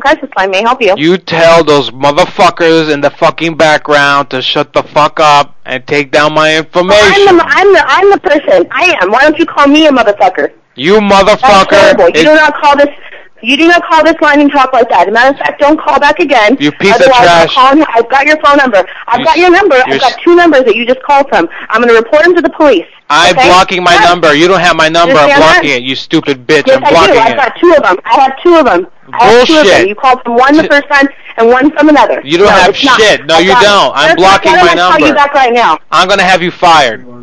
crisis line. May I help you? You tell those motherfuckers in the fucking background to shut the fuck up and take down my information. I'm the, I'm the, I'm the person. I am. Why don't you call me a motherfucker? you That's motherfucker. terrible. You It- do not call this. You do not call this line and talk like that. As a matter of fact, don't call back again. You piece of Otherwise, I'll trash. call and- I've got your phone number. I've You got s- your number. you're I've got two numbers that you just called from. I'm going to report them to the police. I'm okay? blocking my Yes. number. You don't have my number. I'm Understand that? blocking it, you stupid bitch. Yes, I'm I blocking do. I've it. got two of them. I have two of them. I have two of them. Bullshit. You called from one the T- first time and one from another. You don't No, have it's not. shit. No, I you got it. don't. I'm Matter of fact, blocking why don't my I Call you number. back right now. I'm gonna have you fired.